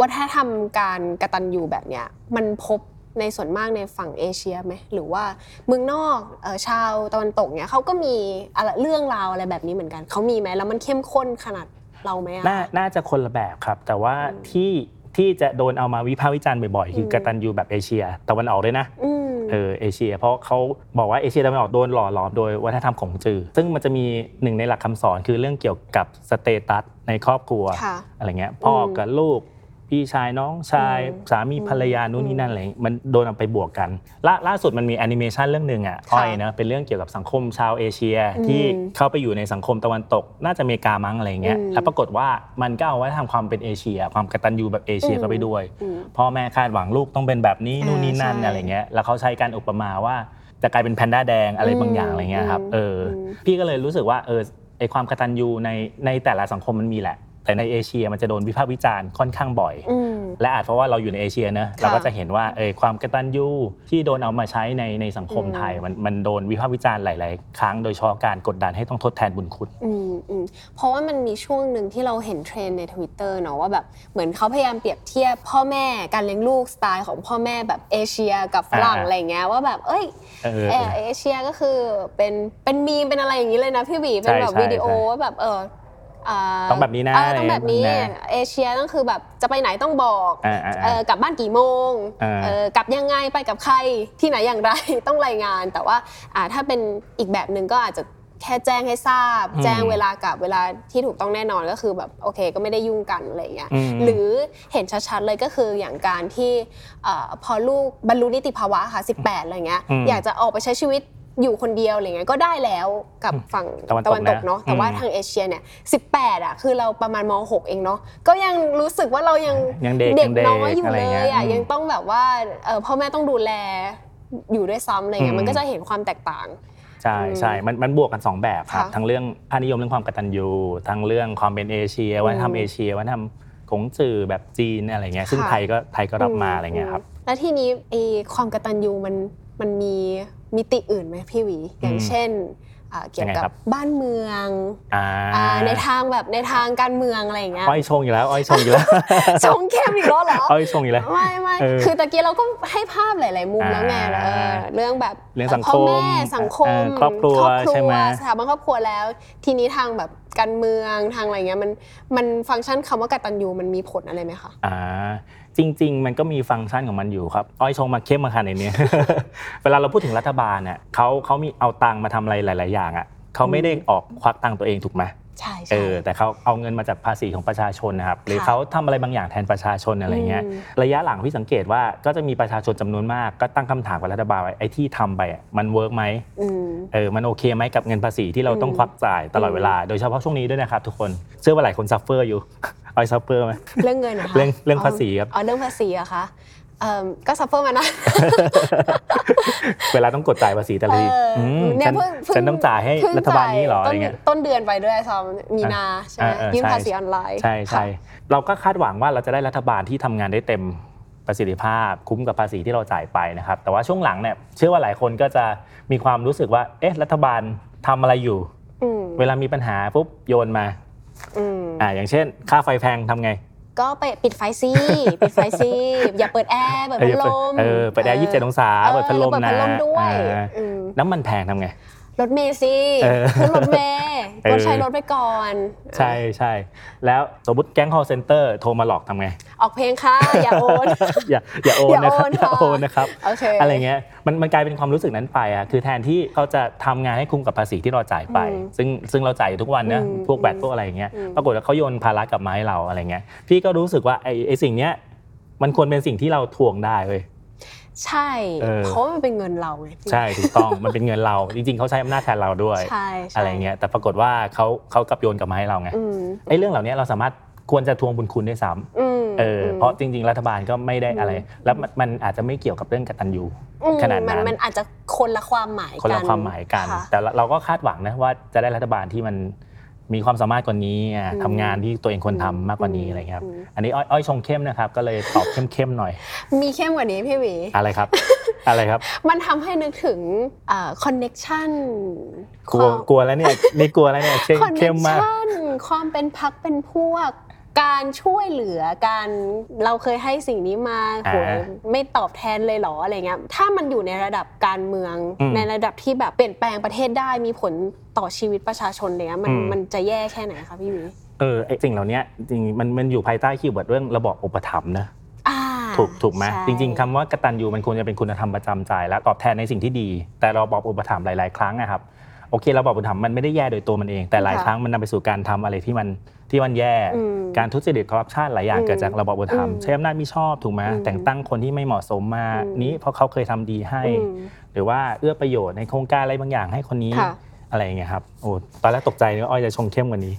[SPEAKER 3] วัฒนธรรมการกระตันยูแบบเนี้ยมันพบในส่วนมากในฝั่งเอเชียไหมหรือว่าเมืองนอกเออชาวตะวันตกเนี่ยเขาก็มีอะไรเรื่องราวอะไรแบบนี้เหมือนกันเขามีไหมแล้วมันเข้มข้นขนาดเราไหมอะ
[SPEAKER 4] นาน่าจะคนละแบบครับ แต่ว่า
[SPEAKER 3] อืม
[SPEAKER 4] ที่ที่จะโดนเอามาวิพากษ์วิจารณ์บ่อยๆคืออ
[SPEAKER 3] ม
[SPEAKER 4] กระตันยูแบบเอเชียตะวันออกด้วยนะ
[SPEAKER 3] อืม
[SPEAKER 4] เออเอเชียเพราะเขาบอกว่าเอเชียตะวันออกโดนหล่อหลอมโดยวัฒนธรรมของจือ ซึ่งมันจะมีหนึ่งในหลักคำสอนคือเรื่องเกี่ยวกับสเตตัสในครอบครัว
[SPEAKER 3] ค่ะ
[SPEAKER 4] อะไรเงี้ยพ่ออ
[SPEAKER 3] ม
[SPEAKER 4] กับลูก พี่ชายน้องชาย
[SPEAKER 3] อืม
[SPEAKER 4] สามีภรรยานู่นนี่นั่นอะไรเงี้ยมันโดนเอาไปบวกกันล่าล่าสุดมันมีแอนิเมชันเรื่องหนึ่งอ่ะ
[SPEAKER 3] ค่ะ
[SPEAKER 4] อ้อยนะเป็นเรื่องเกี่ยวกับสังคมชาวเอเชีย
[SPEAKER 3] อืม
[SPEAKER 4] ที่เข้าไปอยู่ในสังคมตะวันตก น่าจะอเมริกามั้งอะไรเงี้ย
[SPEAKER 3] อืม
[SPEAKER 4] แล้วปรากฏว่ามันก็เอาวัฒนธรรมความเป็นเอเชีย ความกตัญญูแบบเอเชียเข้าไป
[SPEAKER 3] อืม
[SPEAKER 4] ด้วย
[SPEAKER 3] อืม
[SPEAKER 4] พ่อแม่คาดหวังลูกต้องเป็นแบบนี้
[SPEAKER 3] อ่านู่
[SPEAKER 4] นู่นนี่นั่น
[SPEAKER 3] ใช่
[SPEAKER 4] อะไรเงี้ย แล้วเขาใช้การอุปมาว่าจะกลายเป็นแพนด้าแดงอะไรบางอย่าง
[SPEAKER 3] อืม
[SPEAKER 4] อะไรเงี้ยครับ
[SPEAKER 3] อืม
[SPEAKER 4] เอออ
[SPEAKER 3] ม
[SPEAKER 4] พี่ก็เลยรู้สึกว่าเออไอความกตัญญูในในแต่ละสังคมมันมีแหละ แต่ในเอเชียมันจะโดนวิพากษ์วิจารณ์ค่อนข้างบ่อย
[SPEAKER 3] อืม
[SPEAKER 4] และอาจเพราะว่าเราอยู่ในเอเชียเนอะ
[SPEAKER 3] ค่ะ
[SPEAKER 4] เราก็จะเห็นว่าเออความกตัญญูที่โดนเอามาใช้ในในสังคม
[SPEAKER 3] อืม
[SPEAKER 4] ไทยมันมันโดนวิพากษ์วิจารณ์หลาย ๆ ครั้งโดยเฉพาะการกดดันให้ต้องทดแทนบุญคุณ
[SPEAKER 3] อืมอืมเพราะว่ามันมีช่วงหนึ่งที่เราเห็นเทรนด์ใน Twitter เนาะว่าแบบเหมือนเขาพยายามเปรียบเทียบพ่อแม่การเลี้ยงลูกสไตล์ของพ่อแม่แบบเอเชียกับฝรั่ง
[SPEAKER 4] อ่า
[SPEAKER 3] อะไรอย่างเงี้ยว่าแบบเอ้ย
[SPEAKER 4] เออ
[SPEAKER 3] เออเอเชียก็คือเป็นเป็นมีมเป็นอะไรอย่างนี้เลยนะพี่หวี
[SPEAKER 4] ใช่
[SPEAKER 3] เป็นแบบ
[SPEAKER 4] ใช่
[SPEAKER 3] วิดีโอ
[SPEAKER 4] ใช่
[SPEAKER 3] ว่าแบบเอออ่า
[SPEAKER 4] ต้องแบบนี้นะ
[SPEAKER 3] เออต้องแบบนี้
[SPEAKER 4] อะไรอย่างนั้นนะ
[SPEAKER 3] เอเชียต้องคือแบบจะไปไหนต้องบอก
[SPEAKER 4] อ่าอ่าอ่า
[SPEAKER 3] เออกลับบ้านกี่โมง
[SPEAKER 4] อ่า
[SPEAKER 3] เออกลับยังไงไปกับใครที่ไหนอย่างไร [LAUGHS] ต้องรายงาน แต่ว่าอ่าถ้าเป็นอีกแบบหนึ่งก็อาจจะแค่แจ้งให้ทราบ
[SPEAKER 4] อืม
[SPEAKER 3] แจ้งเวลากลับเวลาที่ถูกต้องแน่นอนก็คือแบบโอเค ก็ไม่ได้ยุ่งกันอะไรอย่างเงี้ย
[SPEAKER 4] อืม
[SPEAKER 3] หรือเห็นชัดๆเลยก็คืออย่างการที่เอ่อพอลูกบรรลุนิติภาวะค่ะ 18 อะไรเงี้ย
[SPEAKER 4] อืม
[SPEAKER 3] อยากจะออกไปใช้ชีวิตอยู่คนเดียวอะไรเงี้ยก็ได้แล้วกับ
[SPEAKER 4] อืม
[SPEAKER 3] ฝั่ง
[SPEAKER 4] ตะวันตก
[SPEAKER 3] ตก
[SPEAKER 4] นะ
[SPEAKER 3] เนาะแต่ว่า
[SPEAKER 4] อืม
[SPEAKER 3] ทางเอเชียเนี่ย18อ่ะคือเราประมาณม .6 เองเนาะก็ยังรู้สึกว่าเรายัง
[SPEAKER 4] ยังเด็ก
[SPEAKER 3] กน้อยอยู่
[SPEAKER 4] ะไร
[SPEAKER 3] เล
[SPEAKER 4] งี้
[SPEAKER 3] ยอ่ะยังต้องแบบว่าเอ่อพ่อแม่ต้องดูแลอยู่ด้วยซ้ำอะไรเงี้ย
[SPEAKER 4] อืม
[SPEAKER 3] มันก็จะเห็นความแตกต่าง
[SPEAKER 4] ใช่
[SPEAKER 3] อืม
[SPEAKER 4] ใช่ มันมันบวกกัน 2 แบบครับ
[SPEAKER 3] ค่ะ
[SPEAKER 4] ทั้งเรื่องค่านิยมเรื่องความกตัญญูทั้งเรื่องความเป็นเอเชียวัฒนธรรม
[SPEAKER 3] อืม
[SPEAKER 4] เอเชียวัฒนธรรมของจื่อแบบจีนอะไรเงี้ย ซึ่ง
[SPEAKER 3] ค่ะ
[SPEAKER 4] ไทยก็ไทยก็รับมาอะไรเงี้ยครับ
[SPEAKER 3] มแล้วทีนี้ไอ้ความกตัญญูมันมันมีมิติอื่นไหมพี่หวี อย่าง
[SPEAKER 4] อืม
[SPEAKER 3] เช่นอ่าเกี่ยว
[SPEAKER 4] ยังไง
[SPEAKER 3] กับ
[SPEAKER 4] ครับ
[SPEAKER 3] บ้านเมือง
[SPEAKER 4] อ่า
[SPEAKER 3] อ่าในทางแบบในทางการเมืองอะไรอย่างเงี้ย
[SPEAKER 4] อ้อยชงอยู่แล้วอ้อยชงอ
[SPEAKER 3] [LAUGHS]
[SPEAKER 4] ยู่แล้ว
[SPEAKER 3] ชงเข้มอีกแล้วเหรอ
[SPEAKER 4] อ้อยชงอยู่แล้ว
[SPEAKER 3] ไม่ไม่
[SPEAKER 4] เออ
[SPEAKER 3] คือตะกี้เราก็ให้ภาพหลาย ๆ มุมแล้วไง
[SPEAKER 4] อ่า
[SPEAKER 3] เออเรื่องแบบ
[SPEAKER 4] เรื่องสังคม
[SPEAKER 3] พ่อแม่สังคม
[SPEAKER 4] เออครอบครัวใช่ไหม
[SPEAKER 3] สถาบันครอบครัวแล้ว ทีนี้ทางแบบการเมืองทางอะไรเงี้ยมันมันฟังก์ชันคำว่ากตัญญูมันมีผลอะไรไหมคะ
[SPEAKER 4] อ่าจริง ๆ มันก็มีฟังก์ชันของมันอยู่ครับ อ้อยชงมาเข้มมาขนาดนี้ [LAUGHS] เวลาเราพูดถึงรัฐบาลเนี่ยเขาเขามีเอาตังค์มาทำอะไรหลาย ๆ อย่างอ่ะเขาไม่ได้ออกควักตังค์ตัวเองถูกไหม
[SPEAKER 3] ใช่
[SPEAKER 4] เอ
[SPEAKER 3] ใช่
[SPEAKER 4] อแต่เขาเอาเงินมาจากภาษีของประชาชนนะครับหรือ
[SPEAKER 3] ค่ะ
[SPEAKER 4] เขาทำอะไรบางอย่างแทนประชาชนอะไรเงี้ย
[SPEAKER 3] อืม
[SPEAKER 4] ระยะหลังพี่สังเกตว่าก็จะมีประชาชนจำนวนมากก็ตั้งคำถามกับรัฐบาลไว้ไอ้ที่ทำไปอะมันเวิร์กไหม
[SPEAKER 3] ม
[SPEAKER 4] เออมันโอเคไหมกับเงินภาษีที่เราต้องควักจ่ายตลอดเวลาโดยเฉพาะช่วงนี้ด้วยนะครับทุกคนเชื่อว่าหลายคนซัฟเฟอร์อยู่ [LAUGHS] ออยซัฟเฟอร์ไหม [LAUGHS]
[SPEAKER 3] เรื่องเงินนะคะ
[SPEAKER 4] เรื่องเรื่องภาษีครับ
[SPEAKER 3] อ๋อเรื่องภาษีเหรอะคะเอิ่มก็ซัฟเฟอร์มานะ
[SPEAKER 4] เวลาต้องกดจ่ายภาษีแต่ละที
[SPEAKER 3] เอออื
[SPEAKER 4] ม
[SPEAKER 3] เนี่ย
[SPEAKER 4] ฉัน
[SPEAKER 3] เพิ่งเพิ่ง
[SPEAKER 4] ฉันต้องจ่ายให้
[SPEAKER 3] เพิ่ง
[SPEAKER 4] รัฐบาลนี้เหรอ
[SPEAKER 3] จ่
[SPEAKER 4] อะไร
[SPEAKER 3] ย
[SPEAKER 4] เงี้ย
[SPEAKER 3] ต้นต้นเดือนไปด้วยซ้อมมีนาใช่ไหม
[SPEAKER 4] อ่าอ่า
[SPEAKER 3] ยื่น
[SPEAKER 4] ใช่
[SPEAKER 3] ภาษีออนไลน์
[SPEAKER 4] ใช่ใช่
[SPEAKER 3] ค่ะ
[SPEAKER 4] เราก็คาดหวังว่าเราจะได้รัฐบาลที่ทำงานได้เต็มประสิทธิภาพ คุ้มกับภาษีที่เราจ่ายไปนะครับ แต่ว่าช่วงหลังเนี่ยเชื่อว่าหลายคนก็จะมีความรู้สึกว่า เอ๊ะรัฐบาลทำอะไรอยู่
[SPEAKER 3] อืม
[SPEAKER 4] เวลามีปัญหาปุ๊บโยนมา
[SPEAKER 3] อืม
[SPEAKER 4] อ่าอย่างเช่น ค่าไฟแพงทำไง
[SPEAKER 3] ก็ไปปิดไฟซิ ปิดไฟซิ อย่าเปิดแอร์ เปิดพัดลม
[SPEAKER 4] เออเปิดแอร์ยี่สิบเจ็ดองศาเปิดพัดลม
[SPEAKER 3] เออ
[SPEAKER 4] นะ
[SPEAKER 3] เปิดพัดลมด้วย
[SPEAKER 4] อ่า
[SPEAKER 3] อืม
[SPEAKER 4] น้ำมันแพงทำไง
[SPEAKER 3] รถเมล์ซิ
[SPEAKER 4] เออ
[SPEAKER 3] ขึ้นรถเมล์
[SPEAKER 4] เออ
[SPEAKER 3] ก็ใช้รถไปก่อน
[SPEAKER 4] ใช่ใช่แล้วสมมติแก๊ง call center โทรมาหลอกทำไง
[SPEAKER 3] ออกเพลงค่ะ อย่าโอน
[SPEAKER 4] อย่าอย่าโอนนะครั
[SPEAKER 3] อบ ย่าโอน
[SPEAKER 4] อย่า
[SPEAKER 3] ค่ะ
[SPEAKER 4] โอนนะครับ
[SPEAKER 3] โอเค
[SPEAKER 4] อะไรเงี้ยมันมันกลายเป็นความรู้สึกนั้นไปอ่ะคือแทนที่เขาจะทำงานให้คุ้มกับภาษีที่เราจ่ายไป
[SPEAKER 3] อืม
[SPEAKER 4] ซึ่งซึ่งเราจ่ายอยู่ทุกวันนะ
[SPEAKER 3] อืม
[SPEAKER 4] พวกแบต
[SPEAKER 3] อืม
[SPEAKER 4] พวกอะไรอย่างเงี้ย
[SPEAKER 3] อืม
[SPEAKER 4] ปรากฏว่าเขาโยนภาระกลับมาให้เราอะไรเงี้ยพี่ก็รู้สึกว่าไอ้ไอ้สิ่งเนี้ยมันควรเป็นสิ่งที่เราทวงได้เว้ย
[SPEAKER 3] ใช่
[SPEAKER 4] เออ
[SPEAKER 3] เพราะว่ามันเป็นเงินเราไงพี่
[SPEAKER 4] ใช่ถูกต้อง [LAUGHS] มันเป็นเงินเรา จริงๆเขาใช้อำนาจแทนเราด้วย
[SPEAKER 3] ใช่ใช่
[SPEAKER 4] อะไรเงี้ยแต่ปรากฏว่าเขาเขากลับโยนกลับมาให้เราไง
[SPEAKER 3] อืม
[SPEAKER 4] ไอ้เรื่องเหล่านี้เราสามารถควรจะทวงบุญคุณได้วยซ้
[SPEAKER 3] อืม
[SPEAKER 4] ำเอออ
[SPEAKER 3] ม
[SPEAKER 4] เพราะจริง ๆ รัฐบาลก็ไม่ได้อะไร
[SPEAKER 3] อืม
[SPEAKER 4] แล้วมันมันอาจจะไม่เกี่ยวกับเรื่องกตัญญู
[SPEAKER 3] อืม
[SPEAKER 4] ขนาดนั้น
[SPEAKER 3] มัมันอาจจะคนละความหมายกัน
[SPEAKER 4] คนละความหมายกัน
[SPEAKER 3] ค่ะ
[SPEAKER 4] แต่เราก็คาดหวังนะว่าจะได้รัฐบาลที่มันมีความสามารถกว่านี้อ่ะ
[SPEAKER 3] อืม
[SPEAKER 4] ทำงานที่ตัวเองควรทำมากกว่านี้
[SPEAKER 3] อืม
[SPEAKER 4] อะไรเงี้ยครับ
[SPEAKER 3] อืม
[SPEAKER 4] อันนี้อ้อยอ้อยชงเข้มนะครับ ก็เลยตอบเข้มๆหน่อย
[SPEAKER 3] [LAUGHS] มีเข้มกว่านี้พี่หวี
[SPEAKER 4] อะไรครับ อะไรครับ
[SPEAKER 3] มันทำให้นึกถึงคอนเน็ชัน
[SPEAKER 4] กลัวกลัวแล้วเนี่ยนี่กลัวแล้วเนี่ยเข้ม
[SPEAKER 3] คอนเน็
[SPEAKER 4] เข้มมาก
[SPEAKER 3] ชันความเป็นพักเป็นพวก การช่วยเหลือการเราเคยให้สิ่งนี้มา
[SPEAKER 4] อ่า
[SPEAKER 3] โหยไม่ตอบแทนเลยเหรออะไรเงี้ยถ้ามันอยู่ในระดับการเมือง
[SPEAKER 4] อืม
[SPEAKER 3] ในระดับที่แบบเปลี่ยนแปลงประเทศได้มีผลต่อชีวิตประชาชนเลยอะมัน
[SPEAKER 4] อืม
[SPEAKER 3] มันจะแย่แค่ไหนคะพี่หวี
[SPEAKER 4] เออไอ้สิ่งเหล่านี้จริงๆมันมันอยู่ภายใต้คีย์เวิร์ดเรื่องระบอบอุปถัมภ์นะ
[SPEAKER 3] อ่า
[SPEAKER 4] ถูกถูกไหม
[SPEAKER 3] ใช่
[SPEAKER 4] จริง ๆคำว่ากตัญญูมันควรจะเป็นคุณธรรมประจำใจและตอบแทนในสิ่งที่ดี แต่เราบอกอุปถัมภ์หลาย ๆ ครั้งนะครับโอเคเราบอกอุปถัมภ์มันไม่ได้แย่โดยตัวมันเอง แต่หลาย
[SPEAKER 3] ค่ะ
[SPEAKER 4] ครั้งมันนำไปสู่การทำอะไรที่มันที่มันแย่
[SPEAKER 3] อืม
[SPEAKER 4] การทุจริตคอร์รัปชันหลายอย่าง
[SPEAKER 3] อืม
[SPEAKER 4] เกิดจากระบอบอุปถัมภ์
[SPEAKER 3] อืม
[SPEAKER 4] ใช้อำนาจมิชอบถูกไหม
[SPEAKER 3] อืม
[SPEAKER 4] แต่งตั้งคนที่ไม่เหมาะสมมา
[SPEAKER 3] อืม
[SPEAKER 4] นี้เพราะเขาเคยทำดีให้
[SPEAKER 3] อืม
[SPEAKER 4] หรือว่าเอื้อประโยชน์ในโครงการอะไรบางอย่างให้คนนี้
[SPEAKER 3] ค่ะ
[SPEAKER 4] อะไรอย่างเงี้ยครับโอ้ตอนแรกตกใจนึกว่าอ้อยจะชงเข้มกว่านี้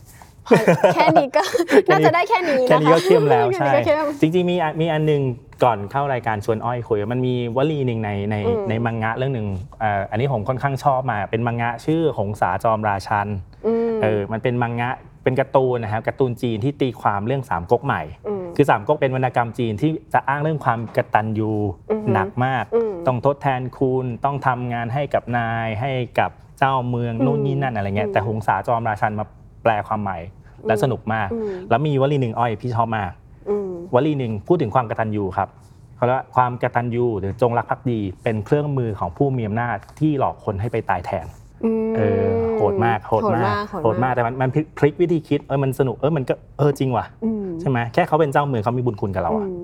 [SPEAKER 3] แค่นี้ก็ น่าจะได้แค่นี้นะคะ
[SPEAKER 4] [LAUGHS] แค่นี้ก็เข้มแล้วใช่
[SPEAKER 3] แค่นี้ก็เข้ม
[SPEAKER 4] จริงๆมีอ่ะมีอันหนึงก่อนเข้ารายการชวนอ้อยคุย มันมีวลีหนึ่งในใน
[SPEAKER 3] อืม
[SPEAKER 4] ในมังงะเรื่องหนึ่งเอ่ออันนี้ผมค่อนข้างชอบมาเป็นมังงะชื่อหงสาจอมราชัน
[SPEAKER 3] อืม
[SPEAKER 4] เออมันเป็นมังงะเป็นการ์ตูนนะครับการ์ตูนจีนที่ตีความเรื่องสามก๊กใหม่
[SPEAKER 3] ม
[SPEAKER 4] คือสามก๊กเป็นวรรณกรรมจีนที่จะอ้างเรื่องความกตัญญู
[SPEAKER 3] อือหือ
[SPEAKER 4] หนักมาก
[SPEAKER 3] อืม
[SPEAKER 4] ต้องทดแทนคุณต้องทำงานให้กับนายให้กับเจ้าเมือง
[SPEAKER 3] อืม
[SPEAKER 4] นู่นนี่นั่นอะไรเงี้ย
[SPEAKER 3] อืม
[SPEAKER 4] แต่หงสาจอมราชันมาแปลความใหม่และ
[SPEAKER 3] อืม
[SPEAKER 4] สนุกมาก
[SPEAKER 3] อืม
[SPEAKER 4] แล้วมีวลีหนึ่งอ้อยพี่ชอบมาก
[SPEAKER 3] อืม
[SPEAKER 4] วลีหนึ่งพูดถึงความกตัญญูครับเขาเรียกว่าความกตัญญูหรือจงรักภักดี เป็นเครื่องมือของผู้มีอำนาจที่หลอกคนให้ไปตายแทนเออโหดมากโหดมาก
[SPEAKER 3] โหดมาก
[SPEAKER 4] แต่มันมันพลิกพลิกวิธีคิดเออมันสนุกเออมันก็เออจริงว่ะ
[SPEAKER 3] อืม
[SPEAKER 4] ใช่ไหมแค่เขาเป็นเจ้าเมืองเขามีบุญคุณกับเราอะ
[SPEAKER 3] อืม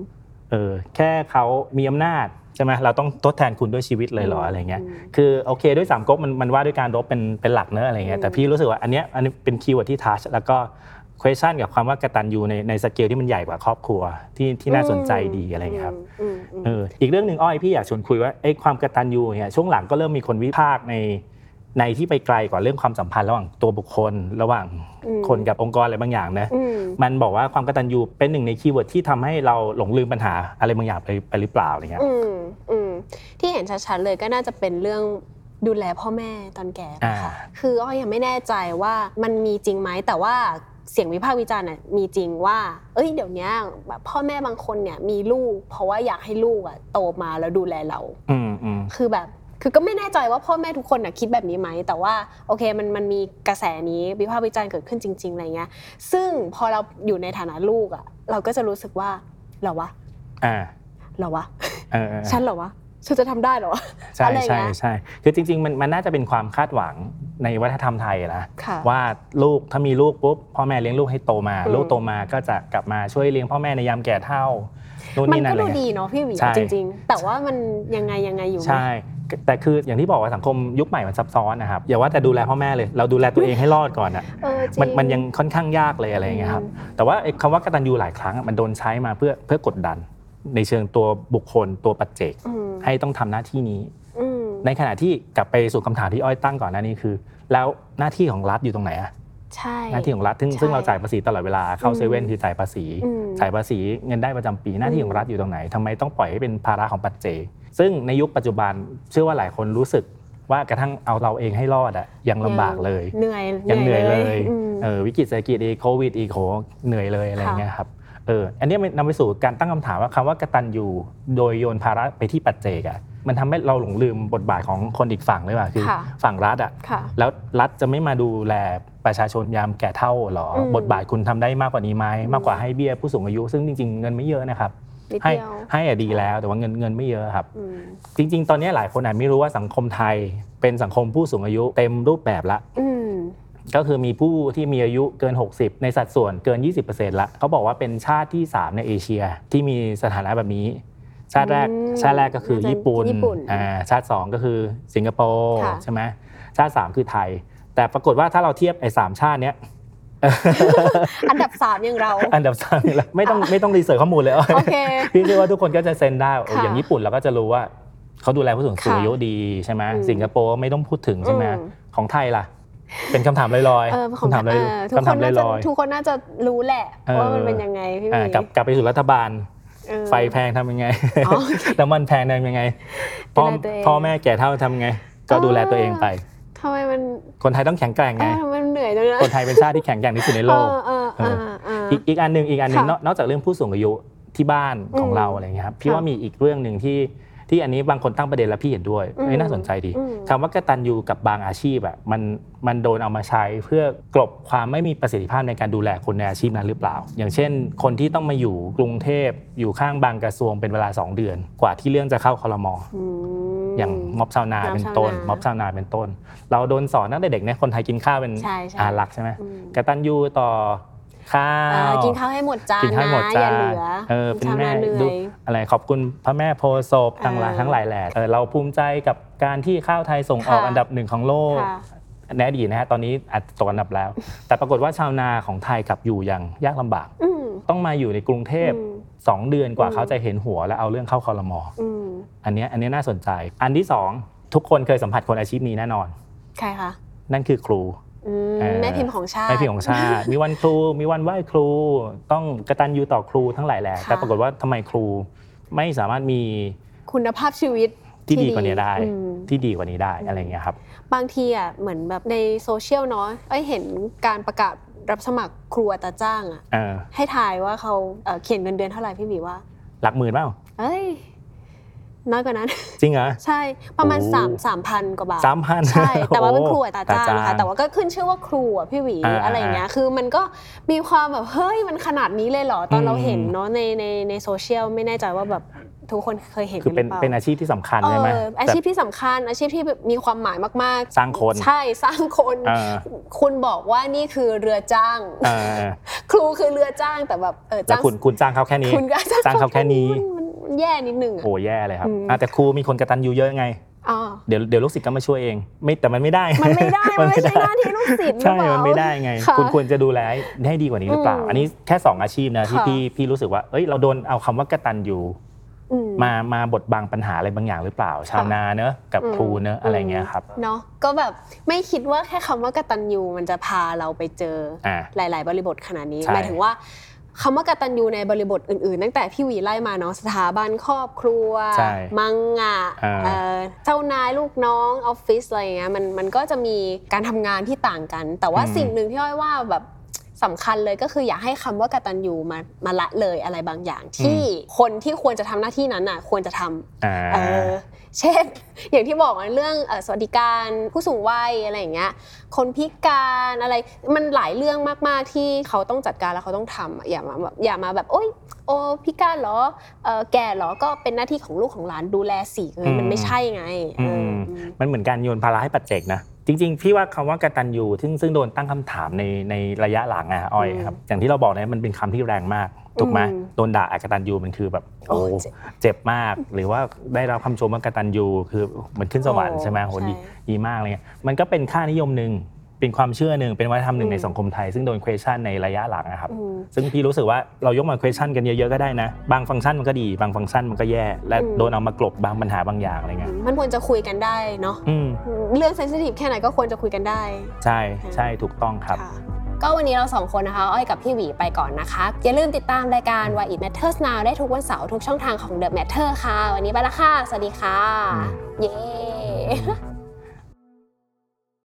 [SPEAKER 4] เออแค่เขามีอำนาจใช่ไหมเราต้องทดแทนคุณด้วยชีวิตเลยเหรอ
[SPEAKER 3] อืม
[SPEAKER 4] อะไรเงี้ย
[SPEAKER 3] อืม
[SPEAKER 4] คือโอเคด้วยสามก๊กมันมันว่าด้วยการรบเป็นเป็นหลักเนอะอะไรเงี้
[SPEAKER 3] อืม
[SPEAKER 4] ยแต่พี่รู้สึกว่าอันเนี้ยอันนี้เป็นคีย์เวิร์ดที่ทัชแล้วก็ question กับความว่ากตัญญูในในสเกลที่มันใหญ่กว่าครอบครัวที่ที่น่าสนใจดีอะไรเงี้ยครับ
[SPEAKER 3] อืมอืม
[SPEAKER 4] เอออีกเรื่องหนึ่งอ้อยพี่อยากชวนคุยว่าไอ้ความกตัญญูเนี่ยช่วงหลังก็เริ่มมีคนวิพากษ์ในในที่ไปไกลกว่าเรื่องความสัมพันธ์ระหว่างตัวบุคคล ระหว่าง
[SPEAKER 3] ม
[SPEAKER 4] คนกับองค์กรอะไรบางอย่างนะ
[SPEAKER 3] อืม
[SPEAKER 4] มันบอกว่าความกตัญญูเป็นหนึ่งในคีย์เวิร์ดที่ทำให้เราหลงลืมปัญหาอะไรบางอย่างไปไปหรือเปล่าอะไรเงี้ย
[SPEAKER 3] อืมอืมที่เห็นชัดๆเลยก็น่าจะเป็นเรื่องดูแลพ่อแม่ตอนแก่
[SPEAKER 4] อ่า
[SPEAKER 3] ค่ะ คืออ้อยยังไม่แน่ใจว่ามันมีจริงไหมแต่ว่าเสียงวิพากษ์วิจารณ์น่ะมีจริงว่า เอ้ยเดี๋ยวเนี้ยแบบพ่อแม่บางคนเนี่ยมีลูก เพราะว่าอยากให้ลูกอ่ะโตมาแล้วดูแลเรา
[SPEAKER 4] อืมอืม
[SPEAKER 3] คือแบบคือก็ไม่แน่ใจว่าพ่อแม่ทุกคนนะคิดแบบนี้ไหม แต่ว่าโอเคมันมันมีกระแสนี้วิพากษ์วิจารณ์เกิดขึ้นจริง ๆอะไรเงี้ย ซึ่งพอเราอยู่ในฐานะลูกอ่ะเราก็จะรู้สึกว่าเหรอวะ
[SPEAKER 4] อ่า
[SPEAKER 3] เหรอวะ
[SPEAKER 4] เออเออ
[SPEAKER 3] ฉันเหรอวะฉันจะทำได้เหรอวะ
[SPEAKER 4] ใช่
[SPEAKER 3] อะไรเงี้ย
[SPEAKER 4] ใช่ใช่คือจริงๆมันมันน่าจะเป็นความคาดหวังในวัฒนธรรมไทยนะ
[SPEAKER 3] ค่ะ
[SPEAKER 4] ว่าลูกถ้ามีลูกปุ๊บพ่อแม่เลี้ยงลูกให้โตมา
[SPEAKER 3] อืม
[SPEAKER 4] ลูกโตมาก็จะกลับมาช่วยเลี้ยงพ่อแม่ในยามแก่เฒ่านู่น
[SPEAKER 3] มัน
[SPEAKER 4] นี่นั่
[SPEAKER 3] ก็
[SPEAKER 4] นอะไร
[SPEAKER 3] ดู
[SPEAKER 4] เงี้ย
[SPEAKER 3] ดีเนาะพี่หวี
[SPEAKER 4] ใช่
[SPEAKER 3] จริง ๆ แต่ว่ามันยังไงยังไงอยู่ไหม
[SPEAKER 4] ใช่ แต่คืออย่างที่บอกว่าสังคมยุคใหม่มันซับซ้อนนะครับอย่าว่าแต่ดูแลพ่อแม่เลยเราดูแลตัวเองให้รอด
[SPEAKER 3] [LAUGHS]
[SPEAKER 4] ก่อนอะ
[SPEAKER 3] เออจริ
[SPEAKER 4] มันมันยังค่อนข้างยากเลยอะไรอย่างเงี้ยครับ แต่ว่าไอ้คำว่ากตัญญูหลายครั้งอะมันโดนใช้มาเพื่อเพื่อกดดัน ในเชิงตัวบุคคลตัวปัจเจก
[SPEAKER 3] อืม
[SPEAKER 4] ให้ต้องทำหน้าที่นี้
[SPEAKER 3] อืม
[SPEAKER 4] ในขณะที่กลับไปสู่คำถามที่อ้อยตั้งก่อนหน้านี้คือ แล้วหน้าที่ของรัฐอยู่ตรงไหนอะ
[SPEAKER 3] ใช่
[SPEAKER 4] หน้าที่ของรัฐซึ่ง
[SPEAKER 3] ใช่
[SPEAKER 4] ซึ่งเราจ่ายภาษีตลอดเวลาเข้า
[SPEAKER 3] อืม
[SPEAKER 4] เซเว่นคือจ่ายภาษี
[SPEAKER 3] อืม
[SPEAKER 4] จ่ายภาษีเงินได้ประจำปีหน้าที่ของรัฐอยู่ตรงไหนทำไมต้องปล่อยให้เป็นภาระของปัจเจก ซึ่งในยุคปัจจุบันเชื่อว่าหลายคนรู้สึกว่ากระทั่งเอาเราเองให้รอดอะยังลำบาก
[SPEAKER 3] ยัง
[SPEAKER 4] เลย
[SPEAKER 3] เหนื่อย
[SPEAKER 4] ยังเหนื่อยเลย
[SPEAKER 3] อืม
[SPEAKER 4] เออวิกฤตเศรษฐกิจอีกโควิดอีกโหเหนื่อยเลยอะไรอย่างเงี้ยครับเอออันเนี้ยมันนำไปสู่การตั้งคำถามว่าคำว่ากตัญญูโดยโยนภาระไปที่ปัจเจกอะมันทำให้เราหลงลืมบทบาทของคนอีกฝั่งเลยว่ะคือ
[SPEAKER 3] ค่ะ
[SPEAKER 4] ฝั่งรัฐอะ
[SPEAKER 3] ค่ะ
[SPEAKER 4] แล้วรัฐจะไม่มาดูแลประชาชนยามแก่เท่าเหรอ
[SPEAKER 3] อืม
[SPEAKER 4] บทบาทคุณทำได้มากกว่านี้ไหม
[SPEAKER 3] อืม
[SPEAKER 4] มากกว่าให้เบี้ยผู้สูงอายุ ซึ่งจริงๆเงินไม่เยอะนะครับ
[SPEAKER 3] นิด
[SPEAKER 4] ให้
[SPEAKER 3] เดียว
[SPEAKER 4] ให้อะดีแล้วแต่ว่าเงินเงินไม่เยอะครับ
[SPEAKER 3] อืม
[SPEAKER 4] จริง ๆ ตอนเนี้ยหลายคนอาจไม่รู้ว่าสังคมไทย เป็นสังคมผู้สูงอายุเต็มรูปแบบละ
[SPEAKER 3] อืม
[SPEAKER 4] ก็คือมีผู้ที่มีอายุเกิน 60 ในสัดส่วนเกิน 20%ละเขาบอกว่าเป็นชาติที่ 3 ในเอเชียที่มีสถานะแบบนี้ ชาติแรก
[SPEAKER 3] อืม
[SPEAKER 4] ชาติแรกก็คือญี่ปุ่น
[SPEAKER 3] ญี่ปุ่น
[SPEAKER 4] อ่าชาติ 2 ก็คือสิงคโปร์
[SPEAKER 3] ค่ะ
[SPEAKER 4] ใช่ไหมชาติ 3 คือไทย แต่ปรากฏว่าถ้าเราเทียบไอ้สามชาติเนี้ย
[SPEAKER 3] อันดับสามอย่างเรา
[SPEAKER 4] อันดับสามนี่แหละไม่ต้อง
[SPEAKER 3] [LAUGHS]
[SPEAKER 4] ไม่ต้องรีเสิร์ชข้อมูลเลย
[SPEAKER 3] โอเค
[SPEAKER 4] [LAUGHS] พี่เชื่อว่าทุกคนก็จะเซ็นได้โอ้
[SPEAKER 3] ค่ะ
[SPEAKER 4] อย่างญี่ปุ่นเราก็จะรู้ว่าเขาดูแลผู้สูง
[SPEAKER 3] ค่ะ
[SPEAKER 4] อายุดีใช่ไหม
[SPEAKER 3] อืม
[SPEAKER 4] สิงคโปร์ไม่ต้องพูดถึงใช่ไหม
[SPEAKER 3] อืม
[SPEAKER 4] ของไทยล่ะ เป็นคำถามลอย
[SPEAKER 3] เออ
[SPEAKER 4] ๆ
[SPEAKER 3] ของ
[SPEAKER 4] คำถามลอย
[SPEAKER 3] เอ่อทุกค
[SPEAKER 4] คำถาม
[SPEAKER 3] น
[SPEAKER 4] ล
[SPEAKER 3] น่าจะ
[SPEAKER 4] อย
[SPEAKER 3] ทุกคนน่าจะรู้แหละ
[SPEAKER 4] เออ
[SPEAKER 3] ว่ามันเป็นยังไงพี่
[SPEAKER 4] ๆอ่า
[SPEAKER 3] วี
[SPEAKER 4] กลับกลับไปสู่รัฐบาล
[SPEAKER 3] เออ
[SPEAKER 4] ไฟแพงทำยังไง
[SPEAKER 3] อ๋อโอเค
[SPEAKER 4] [LAUGHS] น้ำมันแพงทำยังไงพ่อ
[SPEAKER 3] ดูแลตัวเอง
[SPEAKER 4] พ่อแม่แก่เท่าทำไง ก็
[SPEAKER 3] เออ
[SPEAKER 4] ดูแลตัวเองไป
[SPEAKER 3] ทำไมมัน
[SPEAKER 4] คนไทยต้องแข็งแกร่ง
[SPEAKER 3] เอ
[SPEAKER 4] ไง
[SPEAKER 3] อทำไมมันเหนื่อยจังเลย
[SPEAKER 4] คนไทยเป็นชาติที่แข็งแกร่งที่สุดในโล
[SPEAKER 3] เอก อเออเออเออ
[SPEAKER 4] อีกอีกอันหนึ่งอีกอันหนึ่ง
[SPEAKER 3] ค่ะ
[SPEAKER 4] นอกนอกจากเรื่องผู้สูงอายุที่บ้านของ
[SPEAKER 3] อืม
[SPEAKER 4] เราอะไรเงี้ยครับพี่
[SPEAKER 3] ค่ะ
[SPEAKER 4] ว่ามีอีกเรื่องหนึ่งที่ที่อันนี้บางคนตั้งประเด็นแล้วพี่เห็นด้วย
[SPEAKER 3] อืม
[SPEAKER 4] เอ้ยน่าสนใจดี
[SPEAKER 3] อืม
[SPEAKER 4] คำว่ากตัญญูกับบางอาชีพอะมันมันโดนเอามาใช้เพื่อกลบความไม่มีประสิทธิภาพในการดูแลคนในอาชีพนั้นหรือเปล่า อย่างเช่น คนที่ต้องมาอยู่กรุงเทพอยู่ข้างบางกระทรวงเป็นเวลา 2 เดือน กว่าที่เรื่องจะเข้าครมอ
[SPEAKER 3] ม
[SPEAKER 4] อย่างม็อบชาวนาเป็นต้น
[SPEAKER 3] ม็
[SPEAKER 4] ม็อ
[SPEAKER 3] อ
[SPEAKER 4] บบ ชา
[SPEAKER 3] ชาว ว
[SPEAKER 4] นา
[SPEAKER 3] นา
[SPEAKER 4] เป็นต้น เราโดนสอนตั้งแต่เด็กเนี่ยคนไทยกินข้าวเป็น
[SPEAKER 3] ใช่ใช่
[SPEAKER 4] อาหลักใช่ไหม
[SPEAKER 3] อืม
[SPEAKER 4] กตัญญูต่อข้า
[SPEAKER 3] เอ่อ
[SPEAKER 4] ว
[SPEAKER 3] กินข้าวให้หมดจาน
[SPEAKER 4] กินให้หมด
[SPEAKER 3] นะ
[SPEAKER 4] จา
[SPEAKER 3] อย่าน เหลือ
[SPEAKER 4] เออเป็น
[SPEAKER 3] ชาว
[SPEAKER 4] แม่
[SPEAKER 3] นาเหนื่
[SPEAKER 4] ดู
[SPEAKER 3] อย
[SPEAKER 4] อะไรขอบคุณพระแม่โพธิ์ศพ
[SPEAKER 3] เออ
[SPEAKER 4] ต่างหลายทั้งหลายแหล่เออเราภูมิใจกับการที่ข้าวไทยส่งออก
[SPEAKER 3] ค่ะ
[SPEAKER 4] อันดับหนึ่งของโลก
[SPEAKER 3] ค่ะ
[SPEAKER 4] ในอดีตนะฮะตอนนี้อาจจะตกอันดับแล้ว แต่ปรากฏว่าชาวนาของไทยกลับอยู่อย่างยากลำบาก
[SPEAKER 3] อืม
[SPEAKER 4] ต้องมาอยู่ในกรุงเทพ
[SPEAKER 3] อืม
[SPEAKER 4] สองเดือนกว่าเขาจะเห็นหัวแล้วเอาเรื่องเข้าคอรมอ
[SPEAKER 3] อืม
[SPEAKER 4] อันเนี้ยอันเนี้ยน่าสนใจ อันที่สองทุกคนเคยสัมผัสคนอาชีพนี้แน่นอน
[SPEAKER 3] ใครคะ
[SPEAKER 4] นั่นคือครู
[SPEAKER 3] อืม
[SPEAKER 4] เอ่อ
[SPEAKER 3] แม่พิมพ์ของชาติ
[SPEAKER 4] ไม่เพียงของชาติ มีวันครู มีวันไหว้ครู ต้องกระตันยูต่อครูทั้งหลายแหละ
[SPEAKER 3] ค่ะ
[SPEAKER 4] แต่ปรากฏว่าทำไมครูไม่สามารถมี
[SPEAKER 3] คุณภาพชีวิต
[SPEAKER 4] ที่
[SPEAKER 3] ที่
[SPEAKER 4] ดี
[SPEAKER 3] ดี
[SPEAKER 4] กว่านี้ได้
[SPEAKER 3] อืม
[SPEAKER 4] ที่ดีกว่านี้ได้อะไรอย่างเงี้ยครับ
[SPEAKER 3] บางทีอ่ะเหมือนแบบในโซเชียลเนาะเอ้ยเห็นการประกาศรับสมัครครูอัตราจ้างอ่ะ
[SPEAKER 4] เออ
[SPEAKER 3] ให้ทายว่าเขาเอ่อเขียนเงินเดือนเท่าไหร่พี่บีว่า
[SPEAKER 4] หลักหมื่นเปล่า
[SPEAKER 3] เอ้ย น้อยกว่านั้น [LAUGHS]
[SPEAKER 4] จริงเหรอ
[SPEAKER 3] ใช่ประมาณ
[SPEAKER 4] โอ้
[SPEAKER 3] สามสามพันกว่าบาท
[SPEAKER 4] สามพัน
[SPEAKER 3] ใช่
[SPEAKER 4] [LAUGHS]
[SPEAKER 3] แต่ว่าเป็นครูอัตราจ้างนะคะแต่ว่าก็ขึ้นชื่อว่าครูอ่ะพี่หวี
[SPEAKER 4] อ่า
[SPEAKER 3] อะไรอย่างเงี้ยคือมันก็มีความแบบเฮ้ยมันขนาดนี้เลยเหรอตอนเรา
[SPEAKER 4] อืม
[SPEAKER 3] เห็นเนาะในในในโซเชียลไม่แน่ใจว่าแบบทุกคนเคยเห็น
[SPEAKER 4] คือเป็น
[SPEAKER 3] หรื
[SPEAKER 4] เป็นอาชีพที่สำคัญ
[SPEAKER 3] เอ
[SPEAKER 4] ใช่ไหม
[SPEAKER 3] ออาชีพที่สำคัญ อาชีพที่แบบมีความหมายมาก
[SPEAKER 4] แต่สร้างคน
[SPEAKER 3] ๆ ใช่สร้างคน
[SPEAKER 4] เออ
[SPEAKER 3] คุณบอกว่านี่คือเรือจ้าง
[SPEAKER 4] เออ
[SPEAKER 3] ครูคือเรือจ้างแต่แบบเออ
[SPEAKER 4] แล้ว
[SPEAKER 3] จ้าง
[SPEAKER 4] คุณคุณจ้างเขาแค่นี้
[SPEAKER 3] คุณก็
[SPEAKER 4] จ้างเขาแค่นี้
[SPEAKER 3] มันมันแย่นิดนึงอ่ะ
[SPEAKER 4] โอ้แย่เลยครับ
[SPEAKER 3] อืม
[SPEAKER 4] อ่ะแต่ครูมีคนกระตันยูเยอะไง
[SPEAKER 3] อ๋อ
[SPEAKER 4] เดี๋ยวเดี๋ยวลูกศิษย์ก็มาช่วยเอง ไม่แต่ [LAUGHS] มันไม่ได้
[SPEAKER 3] มันไม่ได้ มันไม่ใช่หน้าที่ลูกศิษย์หรือ
[SPEAKER 4] ใช่
[SPEAKER 3] เปล่า
[SPEAKER 4] มันไม่ได้ไง
[SPEAKER 3] ค่ะ
[SPEAKER 4] คุณควรจะดูแลให้ดีกว่านี้หรือเปล่า
[SPEAKER 3] อืม
[SPEAKER 4] อันนี้แค่ 2 อาชีพนะที่
[SPEAKER 3] ค่ะ
[SPEAKER 4] พี่พี่รู้สึกว่า เอ้ย เราโดนเอาคำว่ากตันอยู่
[SPEAKER 3] อืม
[SPEAKER 4] มามาบดบังปัญหาอะไรบางอย่างหรือเปล่า ชาวนาเนอะกับ
[SPEAKER 3] อืม
[SPEAKER 4] ครูเนอะอะไร
[SPEAKER 3] อืม
[SPEAKER 4] เงี้ยครับ
[SPEAKER 3] เนาะก็แบบไม่คิดว่าแค่คำว่ากตัญญูมันจะพาเราไปเจอ
[SPEAKER 4] อ่า
[SPEAKER 3] หลาย ๆ บริบทขนาดนี้
[SPEAKER 4] ใช่
[SPEAKER 3] หมายถึงว่าคำว่ากตัญญูในบริบทอื่น ๆ ตั้งแต่พี่หวีไล่มาเนาะสถาบันครอบครัว
[SPEAKER 4] ใช่
[SPEAKER 3] มังงะ
[SPEAKER 4] อ่า
[SPEAKER 3] เอ่อเจ้านายลูกน้องออฟฟิศอะไรอย่างเงี้ยมันมันก็จะมีการทำงานที่ต่างกัน แต่ว่าสิ่งหนึ่งที่อ้อยว่าแบบสำคัญเลยก็คืออย่าให้คำว่ากตัญญูมามาละเลยอะไรบางอย่าง ที่คนที่ควรจะทำหน้าที่นั้นน่ะควรจะทำ
[SPEAKER 4] อ่า
[SPEAKER 3] เออเช่น [LAUGHS] อย่างที่บอกว่าเรื่องเอ่อสวัสดิการผู้สูงวัยอะไรอย่างเงี้ยคนพิการอะไรมันหลายเรื่องมาก ๆ ที่เขาต้องจัดการแล้วเขาต้องทำอะอย่ามาแบบอย่ามาแบบโอ๊ยโอพิการเหรอเอ่อแก่เหรอก็เป็นหน้าที่ของลูกของหลานดูแลสิเอออ
[SPEAKER 4] ม
[SPEAKER 3] มันไม่ใช่ไงเออ
[SPEAKER 4] ม
[SPEAKER 3] อ
[SPEAKER 4] มันเหมือนการโยนภาระให้ปัจเจกนะ จริง ๆ พี่ว่าคำว่ากตันยูซึ่งซึ่งโดนตั้งคำถามในในระยะหลังอะอ้อย
[SPEAKER 3] อืม
[SPEAKER 4] ครับ อย่างที่เราบอกเนี่ยมันเป็นคำที่แรงมาก ถูกไหม
[SPEAKER 3] อืม
[SPEAKER 4] โดนด่าอกตันยูมันคือแบบ โอ้
[SPEAKER 3] โอ้เจ็บ
[SPEAKER 4] เจ็บมาก หรือว่าได้รับคำชมว่ากตันยูคือเหมือนขึ้นสวรรค์
[SPEAKER 3] โอ้
[SPEAKER 4] ใช่ไหมโห
[SPEAKER 3] ใช่
[SPEAKER 4] ดีดีมากเลย มันก็เป็นค่านิยมหนึ่ง เป็นความเชื่อหนึ่ง เป็นวัฒนธรรมหนึ่ง
[SPEAKER 3] อืม
[SPEAKER 4] ในสังคมไทย ซึ่งโดน question ในระยะหลังนะครับ
[SPEAKER 3] อืม
[SPEAKER 4] ซึ่งพี่รู้สึกว่าเรายกมา question กันเยอะๆก็ได้นะ บางฟังก์ชันมันก็ดี บางฟังก์ชันมันก็แย่ และ
[SPEAKER 3] อืม
[SPEAKER 4] โดนเอามากลบบางปัญหาบางอย่างอะไรเงี้ย
[SPEAKER 3] มันควรจะคุยกันได้เนาะ
[SPEAKER 4] อืม
[SPEAKER 3] เรื่องเซนซิทีฟแค่ไหนก็ควรจะคุยกันได้
[SPEAKER 4] ใช่ใช่ถูกต้องครับ
[SPEAKER 3] ค่ะก็วันนี้เราสองคนนะคะ อ้อยกับพี่หวีไปก่อนนะคะ อย่าลืมติดตามรายการ Why It Matters Now ได้ทุกวันเสาร์ทุกช่องทางของ The Matter ค่ะ วันนี้ไปละค่ะ สวัสดีค่ะ
[SPEAKER 4] อืม
[SPEAKER 3] เย้